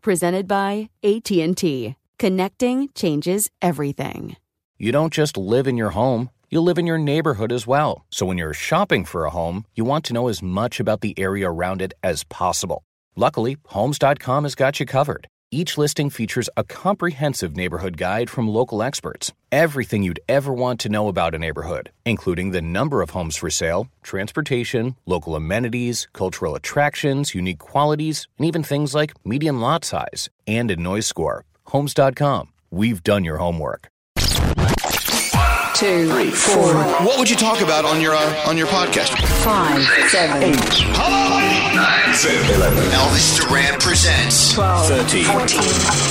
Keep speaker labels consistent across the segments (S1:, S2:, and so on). S1: presented by AT&T. Connecting changes everything.
S2: You don't just live in your home, you live in your neighborhood as well. So when you're shopping for a home, you want to know as much about the area around it as possible. Luckily, homes.com has got you covered. Each listing features a comprehensive neighborhood guide from local experts. Everything you'd ever want to know about a neighborhood, including the number of homes for sale, transportation, local amenities, cultural attractions, unique qualities, and even things like median lot size and a noise score. Homes.com. We've done your homework.
S3: Two, three, four.
S4: What would you talk about on your uh, on your podcast?
S3: Five, six, seven, eight.
S4: Hello, lady. Nine, seven, eleven. Elvis Duran presents.
S3: Twelve, thirteen, fourteen,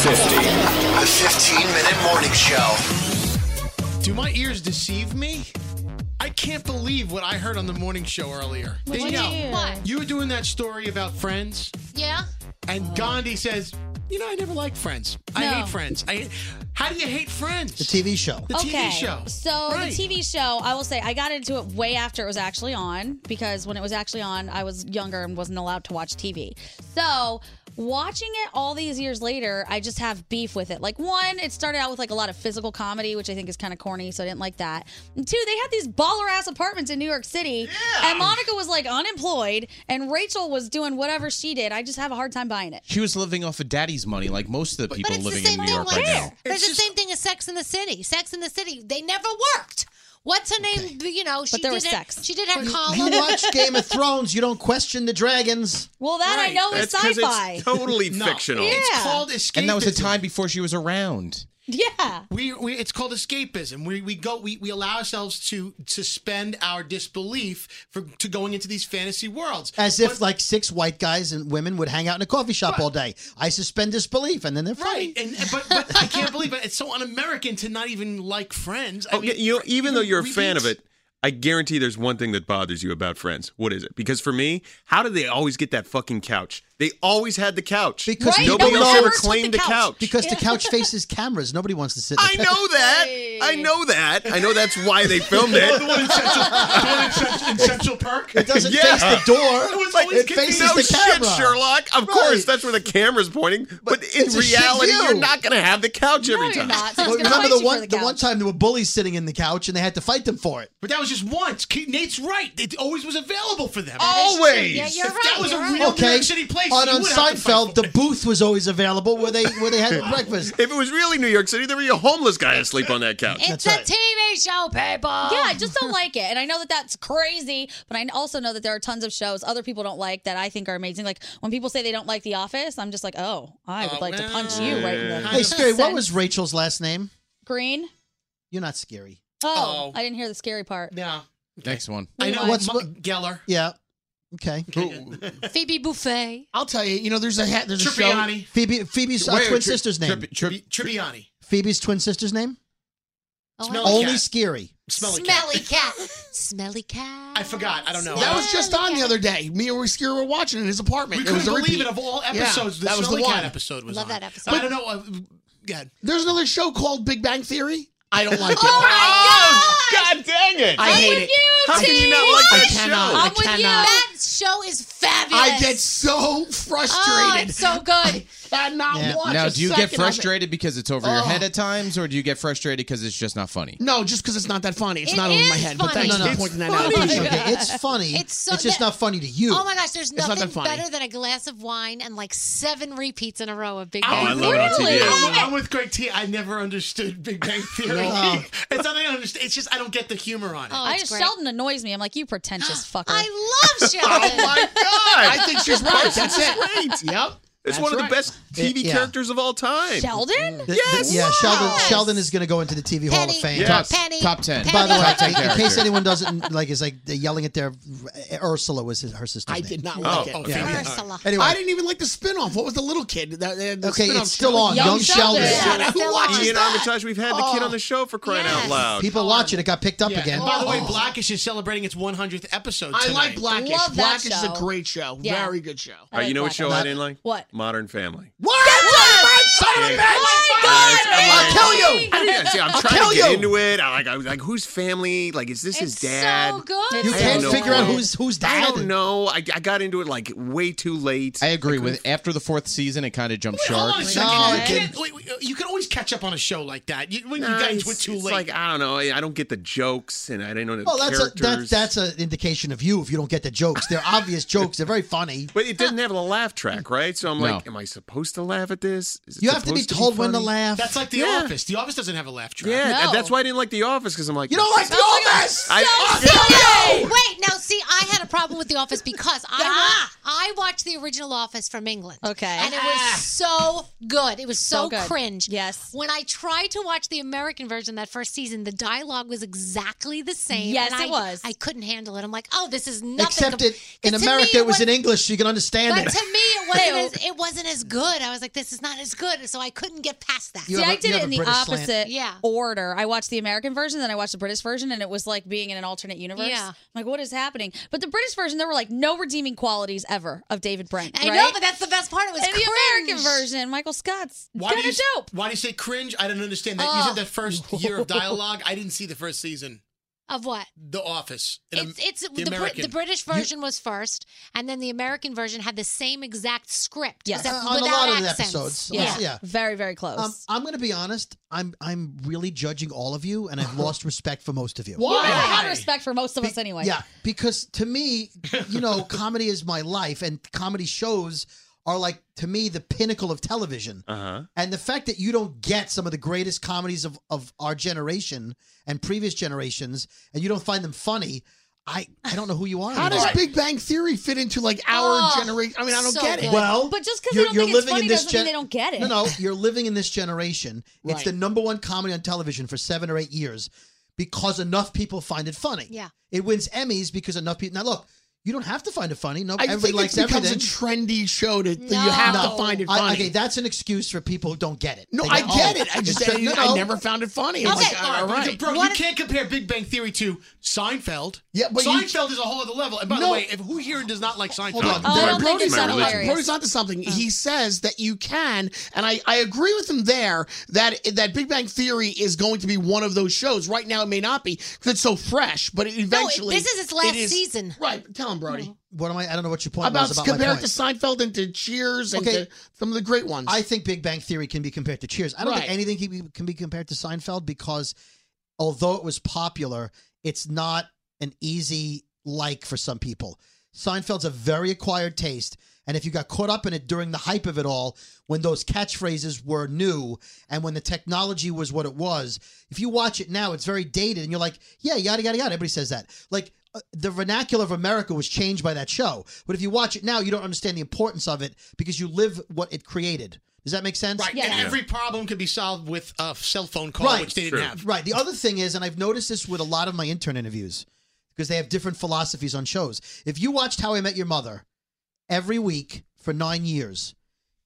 S4: fifteen. The fifteen-minute morning show.
S5: Do my ears deceive me? I can't believe what I heard on the morning show earlier.
S6: What
S5: Danielle,
S6: did you hear? What?
S5: you were doing that story about friends,
S6: Yeah.
S5: and Gandhi says, "You know, I never liked friends. I
S6: No.
S5: hate friends. I how do you hate friends?
S7: The TV show.
S5: The TV show.
S6: So
S5: Right.
S6: the TV show, I will say, I got into it way after it was actually on because when it was actually on, I was younger and wasn't allowed to watch TV. So watching it all these years later, I just have beef with it. Like one, it started out with like a lot of physical comedy, which I think is kind of corny, so I didn't like that. And two, they had these baller ass apartments in New York City, and Monica was like unemployed, and Rachel was doing whatever she did. I just have a hard time buying it.
S8: She was living off of daddy's money, like most of the people living in New York
S6: thing like-
S8: right now.
S9: It's, the same thing as Sex in the City. Sex in the City. They never worked. What's her name? You know, she
S6: there
S9: did
S6: was
S9: her,
S6: sex.
S9: She did her column.
S7: You watch Game of Thrones, you don't question the dragons.
S6: Well, that I know is sci-fi.
S8: totally
S5: No.
S8: fictional.
S5: It's
S6: Yeah.
S5: called escapism.
S8: And that was a time before she was around.
S6: yeah.
S5: We, we it's called escapism. We we go we, we allow ourselves to suspend our disbelief for to going into these fantasy worlds.
S7: As
S5: But-
S7: if like six white guys and women would hang out in a coffee shop all day. I suspend disbelief, and then they're funny.
S5: Right, and but, but I can't believe it. It's so un-American to not even like Friends. I
S10: Okay,
S5: mean,
S10: you know, even though you're a
S5: we-
S10: fan of
S5: we-
S10: it, I guarantee there's one thing that bothers you about Friends. What is it? Because for me, how did they always get that fucking couch? They always had the couch.
S7: Because Right,
S10: nobody
S7: nobody
S10: else ever
S7: ever took the
S10: claimed the
S6: couch.
S10: couch.
S7: Because the couch faces cameras. Nobody wants to sit. in
S10: I
S7: the-
S10: know that. I know that. I know that's why they filmed
S5: Oh,
S10: it.
S5: the one in Central, the one in Central, in Central Park.
S7: It doesn't
S10: Yeah.
S7: face the door.
S5: was always
S7: it faces
S10: No
S7: the
S10: shit,
S7: camera.
S10: Sherlock. Of course, that's where the camera's pointing. But, in
S7: it's a shit
S10: reality,
S7: view.
S10: you're not going to have the couch
S6: No,
S10: every
S6: you're
S10: time.
S6: not.
S7: Well,
S6: Someone's gonna
S7: remember
S6: fight
S7: the
S6: you for
S7: one
S6: the
S7: the one
S6: couch.
S7: time there were bullies sitting in the couch and they had to fight them for it.
S5: But that was was just once. Ke- Nate's right. It always was available for
S10: Oh.
S5: them.
S7: Always. Yeah,
S5: if that was a real New
S7: okay.
S5: York City place,
S7: on,
S5: you
S7: on
S5: would have to fight
S7: Seinfeld, the booth was always available where they where they had breakfast.
S10: If it was really New York City, there would be a homeless guy asleep on that couch.
S6: It's a TV show, people. Yeah, I just don't like it. And I know that that's crazy, but I also know that there are tons of shows other people don't like that I think are amazing. Like when people say they don't like The Office, I'm just like, oh, I would like to punch you right in the
S7: Hey, Scary, what was Rachel's last name?
S6: green.
S7: You're not scary.
S6: Oh, I didn't hear the scary part.
S5: Yeah.
S8: Next one.
S5: I know
S7: What's
S5: what's what, Geller.
S7: Yeah. Okay.
S9: Phoebe Buffet.
S7: I'll tell you. You know, there's a ha- there's a show.
S5: Trippiani.
S7: Phoebe Phoebe's uh,
S5: Wait,
S7: twin
S5: Tri-
S7: sister's name.
S5: Trippi- Tri- Trippiani.
S7: Phoebe's twin sister's name.
S5: Smelly
S7: Only
S5: cat.
S7: scary.
S5: Smelly cat.
S9: Oh, Smelly cat. Smelly cat.
S5: I forgot. I don't know.
S11: That was just on the other day. Me and Risky were watching it in his apartment.
S5: We
S11: it was
S5: couldn't
S11: a
S5: believe it
S11: repeat.
S5: of all
S11: Yeah,
S5: episodes.
S11: that was the
S5: Smelly
S11: one
S5: cat episode was
S9: Love
S5: on.
S9: that episode.
S5: I don't know. Uh, go ahead.
S11: There's another show called Big Bang Theory. I don't like it.
S6: Oh
S11: my
S10: god! God dang it!
S11: I
S9: I'm
S11: hate
S9: with
S11: it.
S9: you, How can you T. not
S10: like
S11: I
S10: that
S11: cannot.
S10: show?
S11: I
S9: I'm with you.
S11: cannot.
S9: That show is fabulous.
S11: I get so frustrated.
S9: Oh, it's so good.
S11: and not
S8: Yeah.
S11: watch
S8: Now,
S11: a
S8: do you
S11: second
S8: get
S11: of it.
S8: frustrated because it's over your
S11: Ugh.
S8: head at times, or do you get frustrated because it's just not funny?
S11: No, just because it's not that funny. It's
S9: It
S11: not over my
S9: is
S11: head. But
S9: funny.
S11: thanks
S9: No,
S11: for
S9: no,
S11: pointing that
S9: it's
S11: out. I
S9: funny.
S11: appreciate
S7: Okay,
S11: it.
S7: it's funny.
S9: It's
S7: It's,
S9: so- that-
S7: just not funny to you.
S9: Oh my gosh, there's
S11: It's not
S9: nothing
S11: that funny.
S9: better than a glass of wine and like seven repeats in a row of Big
S5: I'm
S9: Bang.
S10: I love it on
S5: with-
S10: TV.
S5: I'm, with- I'm with Greg T. I never understood Big Bang Theory.
S7: No.
S5: it's not that I don't understand. It's just I don't get the humor on it.
S9: Oh,
S6: I
S9: it's
S6: just
S9: great.
S6: Sheldon annoys me. I'm like, you pretentious fucker.
S9: I love Sheldon.
S11: I think she's right. That's it. Yep.
S10: It's
S11: That's
S10: one of
S11: right.
S10: the best TV
S7: Yeah.
S10: characters of all time.
S6: Sheldon?
S11: mm.
S7: Th- th-
S10: Yes.
S7: Yeah, Sheldon.
S9: Yes.
S7: Sheldon is going to go into the TV Hall of
S9: Penny.
S7: Fame.
S10: Yes.
S7: Top-
S9: Penny.
S8: Top 10.
S7: By the
S8: Top
S7: way, in- in
S8: 10
S7: case
S8: character.
S7: anyone doesn't like, is like they're yelling at their Ursula was his, her sister's
S11: I
S7: name.
S11: did not like
S10: Oh,
S11: it.
S7: Yeah.
S11: Yeah.
S9: Ursula.
S7: Anyway,
S11: I didn't even like the spin-off. What was the little kid? That, that- the
S7: okay,
S11: spin-off
S7: it's still
S11: show?
S7: on.
S6: Young
S7: Young Sheldon.
S6: Sheldon.
S11: Yeah,
S9: Yeah,
S11: who
S9: still
S11: watches
S9: on.
S10: Ian
S11: that?
S10: Armitage, we've had the kid
S11: Oh.
S10: on the show for crying
S9: Yes.
S10: out loud.
S7: People watch it. It got picked up
S5: Yeah,
S7: again.
S5: And by the
S10: Oh.
S5: way, Blackish is celebrating its 100th episode.
S11: I like
S5: tonight.
S11: Blackish.
S6: Love that
S11: Blackish is
S6: show.
S11: a great show.
S6: Yeah.
S11: Very good show.
S6: I
S10: All right,
S6: like
S10: you know what
S6: Blackish.
S10: show I didn't like?
S6: What?
S10: Modern Family.
S11: What? Son of a bitch!
S10: I'll
S11: kill you!
S10: Yeah, see, I'm trying
S11: kill
S10: to get
S11: you.
S10: into it. I like, I was like, whose family? Like, is this his
S6: It's
S10: dad?
S6: so good.
S7: you
S10: I
S7: can't
S10: have no
S7: figure out
S10: clue.
S7: who's who's
S10: I
S7: dad.
S10: don't know. I, I got into it like way too late.
S8: I agree with after the fourth season, it kind of jumped
S5: Wait, hold on a
S8: short.
S5: second.
S7: No,
S5: you,
S7: it
S5: can't, wait, wait, you can always catch up on a show like that you, when you
S10: Nah,
S5: got
S10: it's,
S5: into it too
S10: it's
S5: late.
S10: like I don't know. I don't get the jokes, and I didn't know the
S7: Well, that's a, that,
S10: characters.
S7: that's an indication of you if you don't get the jokes. They're obvious jokes. They're very funny.
S10: But it didn't have a laugh track, right? So I'm
S8: No.
S10: like, am I supposed to laugh at this? Is it
S7: You have to be
S10: supposed
S7: told when to
S10: funny?
S7: laugh.
S5: That's like The
S10: Yeah.
S5: Office. The Office doesn't have a laugh track.
S10: Yeah,
S6: No.
S10: that's why I didn't like The Office because I'm like,
S11: You don't like the office!
S10: I,
S9: Wait, now see, I had a problem with The Office because I I watched the original Office from England.
S6: Okay. Ah.
S9: and it was so good. It was so,
S6: So good.
S9: cringe.
S6: Yes.
S9: When I tried to watch the American version that first season, the dialogue was exactly the same.
S6: Yes,
S9: and
S6: it
S9: I,
S6: was.
S9: I couldn't handle it. I'm like, oh, this is nothing.
S7: Except
S9: com-
S7: it in
S9: 'Cause to
S7: America,
S9: me,
S7: it was
S9: wa-
S7: in English, so you can understand
S9: But
S7: it.
S9: to me, it wasn't,
S6: Ew.
S9: as, it wasn't as good. I was like, this is not as good. So I couldn't get past that.
S7: You
S6: See,
S7: have
S6: I
S7: a- you
S6: did
S7: have
S6: it
S7: a
S6: in the
S7: British slant.
S6: opposite
S9: Yeah.
S6: order. I watched the American version, then I watched the British version, and it was like being in an alternate universe.
S9: Yeah.
S6: I'm like, what is happening? But the British version, there were like no redeeming qualities ever of David Brent.
S9: I
S6: right?
S9: know, but that's the best part. It was
S6: in the
S9: cringe.
S6: American version, Michael Scott's
S5: Why
S6: kind
S5: do, you,
S6: of dope. Oh.
S5: why do you say cringe? I don't understand that. You said the first year of dialogue. I didn't see the first season.
S9: of what?
S5: The Office. And
S9: It's
S5: I'm-
S9: it's
S5: the
S9: the, Brit
S5: American.
S9: the British version was first, and then the American version had the same exact script.
S6: Yes.
S9: except
S7: Uh, on a
S9: without
S7: lot of the
S9: accents.
S7: episodes.
S9: Yeah.
S7: Yeah.
S6: Very, very close.
S7: Um, I'm going to be honest. I'm I'm really judging all of you, and I've lost respect for most of you.
S6: you
S5: Why?
S6: never had respect for most of us anyway.
S7: Yeah, because to me, you know, comedy is my life, and comedy shows are like to me the pinnacle of television.
S10: Uh-huh.
S7: And the fact that you don't get some of the greatest comedies of of our generation and previous generations, and you don't find them funny, I I don't know who you are.
S11: How
S7: anymore.
S11: does Big Bang Theory fit into like our
S9: Oh,
S11: generation? I mean, I don't
S9: so
S11: get it.
S9: good.
S7: Well,
S6: But just 'cause they
S7: you're,
S6: don't
S7: you're
S6: think it's
S7: living
S6: funny
S7: in this
S6: doesn't
S7: gen-
S6: mean they don't get it.
S7: No, no, you're living in this generation. It's the number one comedy on television for seven or eight years because enough people find it funny.
S9: Yeah.
S7: it wins Emmys because enough people. Now look, you don't have to find it funny. No,
S11: I
S7: everybody
S11: think
S7: likes
S11: it becomes
S7: everything.
S11: a trendy show to,
S9: Mm.
S11: that you have
S7: no,
S11: to find it
S7: I-
S11: funny.
S7: okay, that's an excuse for people who don't get it.
S11: no,
S7: They
S11: I
S7: go,
S11: get
S7: "Oh,
S11: it. I
S7: it's
S11: just
S7: tre- no,
S11: I, I
S7: no.
S11: never found it funny. I'm
S9: Okay,
S11: like, all
S5: All right,
S11: right.
S5: bro,
S9: What
S5: you
S9: if-
S5: can't compare Big Bang Theory to Seinfeld.
S11: Yeah, but you-
S5: Seinfeld is a whole other level. And by the way, if who here does not like Seinfeld?
S11: Hold on. Um,
S6: Oh, I
S11: Brody-
S6: don't think it's
S11: Brody's
S10: my
S6: that
S11: onto-
S10: religion.
S6: hilarious.
S11: Brody's onto something.
S9: Oh.
S11: He says that you can, and I, I agree with him there that that Big Bang Theory is going to be one of those shows. Right now, it may not be because it's so fresh, but it eventually
S9: this is its last
S11: it is-
S9: season.
S11: Right, tell him Brody
S7: What am I? I don't know what your point
S11: about,
S7: was about my
S11: compare it
S7: point.
S11: to Seinfeld and to Cheers and
S7: Okay.
S11: to some of the great ones.
S7: I think Big Bang Theory can be compared to Cheers. I don't think
S11: Right.
S7: anything can be, can be compared to Seinfeld because although it was popular, it's not an easy like for some people. Seinfeld's a very acquired taste. And if you got caught up in it during the hype of it all, when those catchphrases were new and when the technology was what it was, if you watch it now, it's very dated and you're like, yeah, yada, yada, yada. Everybody says that. Like, uh, the vernacular of America was changed by that show. But if you watch it now, you don't understand the importance of it because you live what it created. Does that make sense?
S5: Right. And every problem could be solved with a cell phone call, which they didn't have.
S7: Right. The other thing is, and I've noticed this with a lot of my intern interviews, because they have different philosophies on shows. If you watched How I Met Your Mother every week for nine years,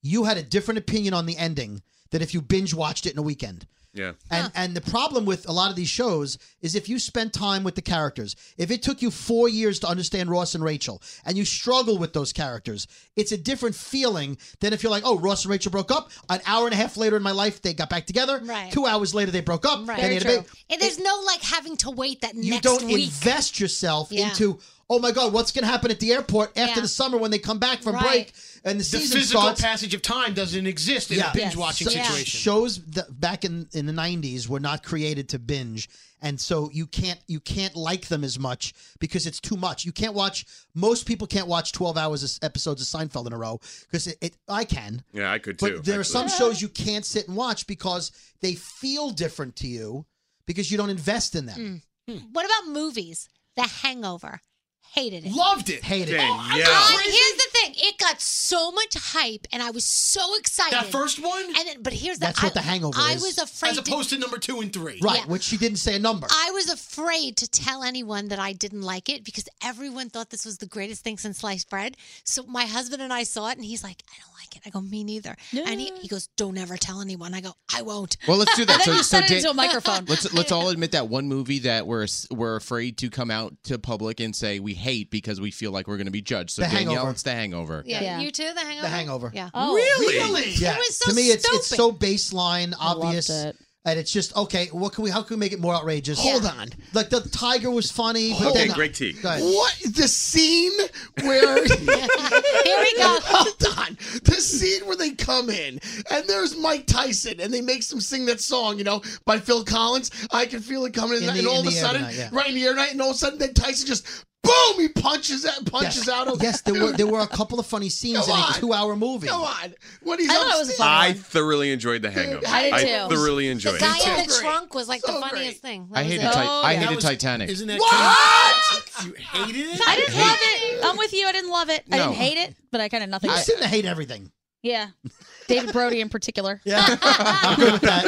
S7: you had a different opinion on the ending than if you binge watched it in a weekend.
S10: Yeah.
S7: And and the problem with a lot of these shows is if you spend time with the characters, if it took you four years to understand Ross and Rachel, and you struggle with those characters, it's a different feeling than if you're like, oh, Ross and Rachel broke up. An hour and a half later in my life, they got back together.
S9: Right.
S7: Two hours later, they broke up. And they
S9: Very
S7: had a
S9: true.
S7: baby.
S9: And there's no like having to wait that
S7: You
S9: next
S7: don't
S9: week.
S7: invest yourself
S9: Yeah.
S7: into. Oh my God! What's going to happen at the airport after
S5: Yeah.
S7: the summer when they come back from
S5: Right.
S7: break and the
S5: The
S7: season
S5: physical
S7: starts?
S5: passage of time doesn't exist in a binge watching
S7: So-
S5: situation.
S7: Shows that back in, in the '90s were not created to binge, and so you can't you can't like them as much because it's too much. You can't watch. Most people can't watch 12 hours of episodes of Seinfeld in a row because it, it. I can.
S10: Yeah, I could
S7: But
S10: too.
S7: there are some
S10: actually.
S7: shows you can't sit and watch because they feel different to you because you don't invest in them.
S9: Mm. What about movies? The Hangover. Hated it.
S5: Loved it.
S7: Hated
S5: it.
S9: I- here's the thing. It got so much hype, and I was so excited.
S5: That first one,
S9: and then, but here's the.
S7: That's
S9: I,
S7: what The Hangover
S9: I
S7: is.
S9: was afraid.
S5: as opposed
S9: to,
S5: to number two and three.
S7: Right,
S9: Yeah.
S7: which she didn't say a number.
S9: I was afraid to tell anyone that I didn't like it because everyone thought this was the greatest thing since sliced bread. So my husband and I saw it, and he's like, "I don't like it." I go, "Me neither." And he, he goes, "Don't ever tell anyone." I go, "I won't."
S8: Well, let's do that.
S9: And then you said it
S8: Dan-
S9: into a microphone.
S8: Let's let's all admit that one movie that we're s- we're afraid to come out to public and say we hate because we feel like we're going to be judged. So
S7: The
S8: Danielle,
S7: Hangover.
S8: it's The Hangover.
S9: Yeah, you too. The Hangover.
S7: The Hangover.
S9: Yeah.
S6: Oh.
S7: Yeah.
S9: It was so
S7: to me, it's it's
S9: stupid.
S7: so baseline, obvious, and it's just okay. What can we? How can we make it more outrageous?
S11: Hold on.
S7: Like the tiger was funny. But
S11: Hold
S7: then,
S11: on.
S10: great tea.
S7: Go ahead.
S11: What the scene where? Here
S9: we go.
S11: Hold on. The scene where they come in and there's Mike Tyson and they makes him sing that song, you know, by Phil Collins. I can feel it coming in,
S7: In
S11: and
S7: the-
S11: all
S7: in
S11: of a
S7: the air
S11: sudden,
S7: tonight, yeah.
S11: right in the air night, and all of a sudden, then Tyson just boom, he punches out, punches
S7: Yes.
S11: out. Of,
S7: Yes, there were there were a couple of funny scenes in
S11: Come
S7: a
S11: on.
S7: two-hour movie.
S11: Come on, what he's
S9: I thought it was
S11: upstairs-
S9: fun.
S10: I thoroughly enjoyed The Hangover.
S9: I did too.
S10: thoroughly enjoyed
S9: The
S10: it.
S9: guy in the
S11: great.
S9: trunk was like the funniest thing. That
S8: I
S9: was
S8: hated
S9: it.
S8: Ti-
S11: Oh,
S8: I
S5: That
S8: hated
S5: was-
S8: Titanic.
S5: Isn't that
S11: What?
S5: You hated it?
S6: I didn't love it. I'm with you. I didn't love it. I
S8: No.
S6: didn't hate it, but I kind of nothing.
S7: You
S6: I,
S7: seem to hate everything.
S6: yeah, David Brody in particular.
S7: I'm good with that.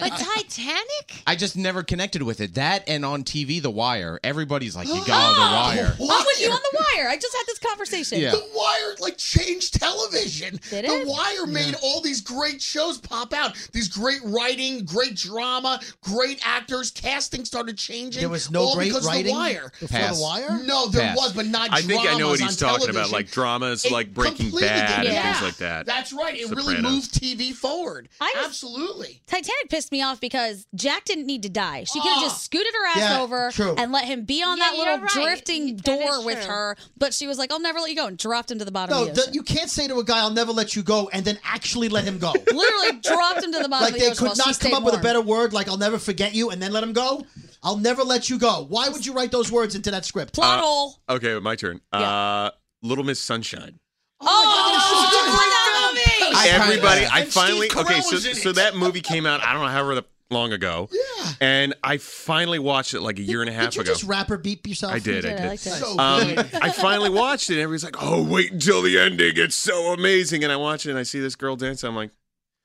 S9: But Titanic?
S8: I just never connected with it. That and on TV, The Wire. Everybody's like, you got
S9: Oh,
S8: The Wire.
S6: I Oh, was you on the wire. I just had this conversation.
S8: Yeah.
S11: The Wire like changed television.
S6: Did
S11: the
S6: it?
S11: Wire made all these great shows pop out. These great writing, great drama, great actors. Casting started changing.
S7: There was no
S11: all
S7: great
S11: because
S7: writing
S11: of the Wire.
S7: before
S8: Pass.
S7: The Wire.
S11: No, there
S8: Pass.
S11: was, but not.
S10: I think I know what
S11: dramas
S10: he's
S11: on
S10: talking about,
S11: television.
S10: like dramas
S11: It
S10: like Breaking
S11: completely
S10: Bad
S11: did-
S10: and
S6: Yeah.
S10: things like that.
S11: That's right. It really
S10: Sopranos.
S11: moved TV forward.
S6: I was-
S11: Absolutely.
S6: Titanic pissed me off because Jack didn't need to die. She could have just scooted her ass
S7: Yeah,
S6: over
S7: true.
S6: and let him be on
S9: Yeah,
S6: that
S9: you're
S6: little
S9: right.
S6: drifting
S9: That is
S6: door with
S9: true.
S6: her. But she was like, "I'll never let you go," and dropped him to the bottom.
S7: No,
S6: of the
S7: the,
S6: ocean.
S7: you can't say to a guy, "I'll never let you go," and then actually let him go.
S6: literally dropped him to the bottom of
S7: like
S6: the
S7: they
S6: ocean. while
S7: could
S6: she
S7: not
S6: stayed
S7: come up with a
S6: warm.
S7: better word. Like "I'll never forget you" and then let him go. I'll never let you go. Why would you write those words into that script?
S8: Uh,
S6: plot hole.
S10: Okay, my turn. Uh, Little Miss Sunshine.
S6: Oh, oh my God, that movie.
S10: Everybody, I
S5: And Steve
S10: finally
S5: Carell
S10: okay. So
S5: was in it.
S10: so that movie came out. I don't know however the- long ago. Yeah. And I finally watched it like a year and a half
S7: Did you
S10: ago.
S7: just rap or beep yourself?
S10: I did. I did.
S11: So
S10: Um,
S11: good.
S10: I finally watched it. and Everybody's like, "Oh, wait until the ending! It's so amazing!" And I watch it, and I see this girl dance. I'm like,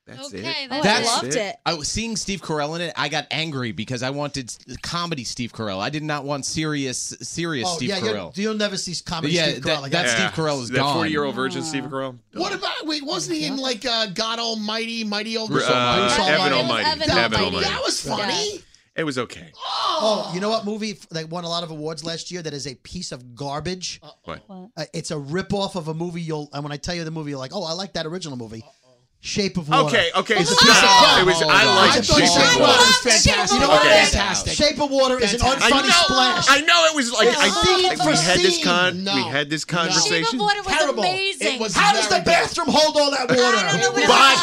S10: "That's
S9: Okay,
S10: it."
S9: that's
S6: I
S8: That's
S6: loved it.
S8: I was seeing Steve Carell in it. I got angry because I wanted s- comedy Steve Carell. I did not want serious, serious
S7: Oh
S8: Steve
S7: yeah, you'll,
S8: Carell.
S7: you'll never see comedy
S8: Yeah,
S7: Steve Carell
S8: that-
S7: again.
S8: that's Steve Carell is
S10: "Ah, that
S8: gone.
S10: year old virgin Steve Carell.
S11: What about? Wait, wasn't he in like uh, God Almighty, Mighty Old?
S10: Uh, Evan
S6: Almighty.
S10: Almighty.
S6: It was Evan
S10: Evan Almighty.
S6: Almighty.
S11: That was funny.
S10: It was okay.
S7: Oh, you know what movie f- that won a lot of awards last year that is a piece of garbage?
S10: What?
S7: Uh, it's a ripoff of a movie you'll, and when I tell you the movie, you're like, oh, I like that original movie. Shape of Water.
S10: Okay, okay.
S7: It's a
S10: stop.
S7: piece of crap.
S10: It was. I
S8: Oh,
S10: liked
S11: I thought
S10: Shape
S11: Shape
S10: of
S11: of
S10: Water.
S11: Water was
S9: Love Shape of
S11: fantastic.
S9: Water.
S10: Okay.
S11: Fantastic.
S7: Shape of Water is an
S11: Fantastic.
S7: unfunny
S10: I know.
S7: splash.
S10: I know it was like I
S7: It's
S10: think
S7: scene
S10: we
S7: for
S10: had this
S7: scene.
S10: con
S11: No.
S10: we had this
S9: Shape
S10: conversation.
S9: of Water was
S7: Terrible.
S9: amazing.
S11: It was
S7: How does
S11: very
S7: the bathroom hold all that water?
S9: I don't know what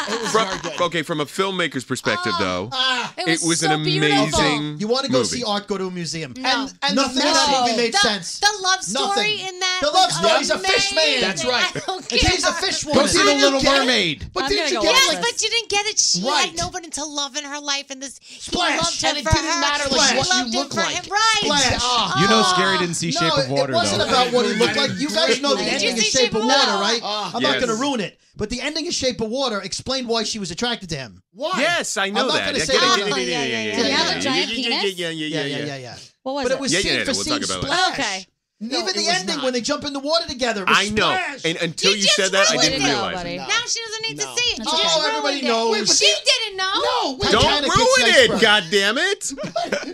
S10: But
S7: it was
S10: From-
S7: very good.
S10: okay, from a filmmaker's perspective, though,
S7: Ah,
S10: it was, an amazing.
S7: You want to go
S10: movie.
S7: see art? Go to a museum.
S6: And,
S7: and the
S6: nothing
S7: in that
S6: no.
S7: movie made
S6: the,
S7: sense.
S6: The love story
S7: Nothing.
S6: in that.
S7: The love
S6: was
S7: story's a fish man.
S6: amazing.
S7: That's right.
S6: I don't
S7: And she's a
S6: care.
S7: fish Go woman. see the
S6: I don't
S7: Little
S6: get it.
S7: Mermaid. But
S6: I'm
S7: didn't
S6: gonna
S7: you
S6: go
S7: get,
S6: Yes,
S7: like-
S9: but you didn't get it. She
S7: Right.
S9: had nobody to love in her life, and this he
S7: Splash.
S9: loved her
S7: And it
S9: for
S7: didn't
S9: her.
S7: matter, like,
S9: She
S7: what you
S9: loved him
S7: look
S9: for
S7: like.
S9: him. Right.
S7: Splash.
S9: Oh.
S12: You know, Scary didn't see
S7: No,
S12: Shape of
S7: it-
S12: Water.
S7: It wasn't
S12: though.
S7: about what it looked like. You guys know the
S9: Did you
S7: ending is
S9: see
S7: Shape of Water, right?
S12: Ah,
S7: I'm
S12: yes.
S7: not going to ruin it. But the ending is Shape of Water explained why she was attracted to him.
S6: Why?
S10: Yes, I know
S7: I'm not
S10: that.
S7: gonna
S10: Yeah,
S7: say
S10: yeah,
S7: that.
S10: yeah, yeah, yeah, yeah, yeah,
S6: Did he
S10: yeah,
S6: have
S10: yeah.
S6: a giant
S10: Yeah,
S6: penis?
S10: Yeah, yeah,
S7: Yeah,
S10: yeah,
S7: yeah,
S10: yeah,
S7: yeah, yeah.
S6: What was
S7: But
S6: it?
S7: it was
S10: Yeah, yeah,
S7: scene
S10: yeah,
S7: for
S10: we'll
S7: scene
S10: talk about it.
S7: splash.
S6: Okay.
S7: Even the ending when they jump in the water together. It was
S10: I know.
S7: Splash.
S10: And until you, said that, I didn't realize. it.
S9: Now she doesn't need to see it.
S7: That's
S9: She
S7: okay.
S9: just
S7: Oh, everybody
S9: ruined it.
S7: knows. Wait, but
S9: she
S7: that-
S9: didn't know.
S7: No, wait,
S10: Don't
S7: Titanic gets
S10: ruin
S7: nice
S10: it,
S7: breath.
S10: goddammit!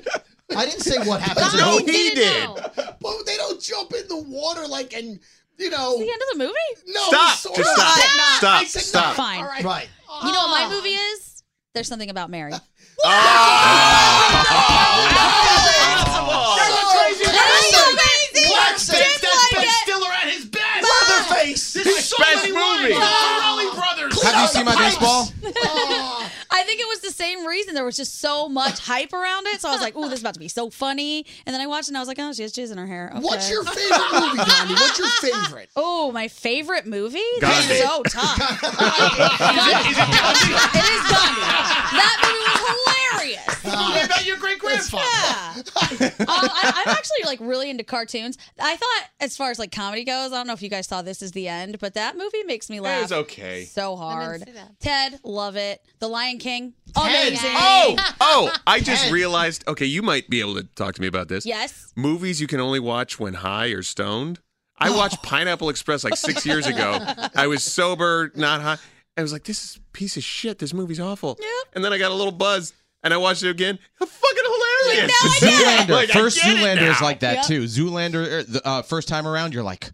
S7: I didn't say what happened. to
S10: no,
S7: him.
S10: he did.
S11: But they don't jump in the water like and you know.
S6: The end of the movie?
S11: No,
S10: Stop.
S11: sort
S10: Just
S11: of. I
S10: stop.
S11: said not.
S10: Stop.
S11: I said
S10: Stop.
S11: not.
S6: Fine.
S11: All
S7: Right.
S6: You know what my movie is? There's something about Mary.
S9: Oh, Ah!
S11: That's
S6: so
S11: crazy. Blackface. That's Ben Stiller at his best. Motherface. This is so
S10: Best
S11: many
S10: movie.
S11: lines. The Farrelly brothers.
S12: Have you seen my baseball?
S6: I think it was the same reason. There was just so much hype around it. So I was like, ooh, this is about to be so funny. And then I watched it and I was like, oh, she has jizz in her hair. Okay.
S11: What's your favorite movie, Donnie? What's your favorite?
S6: Oh, my favorite movie?
S11: Gandhi.
S6: That's so tough. it is Gandhi. That movie was hilarious.
S11: Movie about your great grandfather.
S6: Um, I, I'm actually like really into cartoons. I thought, as far as like comedy goes, I don't know if you guys saw This Is the End, but that movie makes me laugh.
S10: was okay.
S6: So hard. Ted, love it. The Lion King,
S10: Ted.
S6: amazing.
S10: Oh, oh! I just
S6: Ted.
S10: realized. Okay, you might be able to talk to me about this.
S6: Yes.
S10: Movies you can only watch when high or stoned. I watched Pineapple Express like six years ago. I was sober, not high. I was like, "This is a piece of shit. This movie's awful." And then I got a little buzz, and I watched it again. Hilarious.
S12: Zoolander.
S10: Like, I
S12: first
S10: get it
S12: Zoolander is
S10: now.
S12: like that
S10: Yep.
S12: too. Zoolander, er, the uh, first time around, you're like,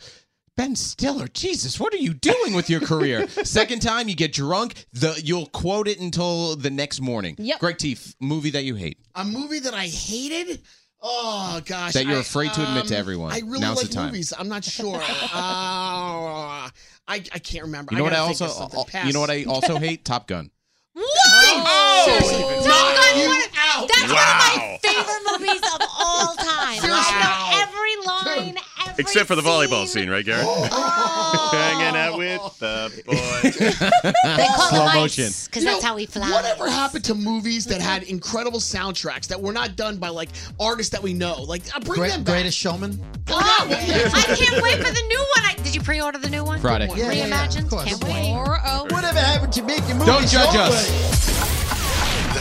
S12: Ben Stiller, Jesus, what are you doing with your career? Second time, you get drunk. The you'll quote it until the next morning.
S11: Yep.
S12: Greg T, f- movie that you hate.
S11: A movie that I hated. Oh gosh.
S12: That you're
S11: I- um,
S12: afraid to admit to everyone.
S11: I really
S12: Now's
S11: like
S12: the time.
S11: movies. I'm not sure. Uh, I I can't remember.
S12: You know
S11: I
S12: what I
S11: gotta think
S12: also
S11: of something. Pass.
S12: you know what I also hate? Top Gun.
S9: What?
S11: Oh!
S9: Seriously.
S11: Seriously.
S9: Top Gun
S11: You
S9: is one of-
S11: out.
S9: That's
S10: Wow.
S9: one of my favorite movies of all time. I know every line. Every
S10: Except for the volleyball scene, right, Garrett? Hanging out with the boys.
S9: They call
S12: Slow motion.
S9: because
S11: You
S9: that's
S11: know,
S9: how he flies.
S11: Whatever happened to movies that had incredible soundtracks that were not done by like artists that we know? Like uh, bring
S7: Great,
S11: them back.
S7: greatest Showman.
S11: Oh, yeah.
S9: I can't wait for the new one. I, did you pre-order the new one?
S12: Friday. Yeah,
S7: yeah, yeah,
S9: Reimagined. can't wait.
S7: Whatever happened to making movies?
S12: Don't judge us.
S4: The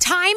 S9: Time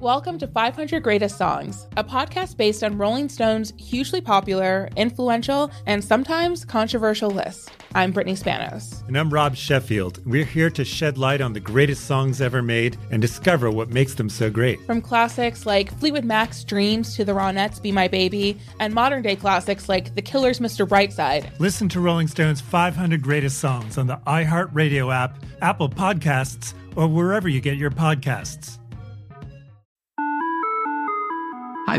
S13: Welcome to 500 Greatest Songs, a podcast based on Rolling Stone's hugely popular, influential, and sometimes controversial list. I'm Brittany Spanos.
S14: And I'm Rob Sheffield. We're here to shed light on the greatest songs ever made and discover what makes them so great.
S13: From classics like Fleetwood Mac's Dreams to the Ronettes' Be My Baby, and modern day classics like The Killer's Mr. Brightside,
S14: Listen to Rolling Stone's 500 Greatest Songs on the iHeartRadio app, Apple Podcasts, or wherever you get your podcasts.
S15: Hi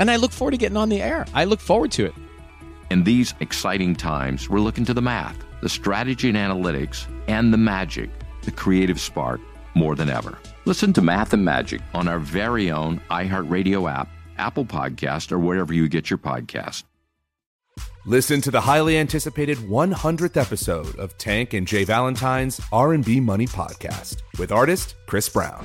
S16: and I look forward to getting on the air. I look forward to it.
S15: In these exciting times, we're looking to the math, the strategy and analytics, and the magic, the creative spark, more than ever. Listen to Math and Magic on our very own iHeartRadio app, Apple Podcast, or wherever you get your podcast.
S17: Listen to the highly anticipated 100th episode of Tank and Jay Valentine's R&B Money podcast with artist Chris Brown.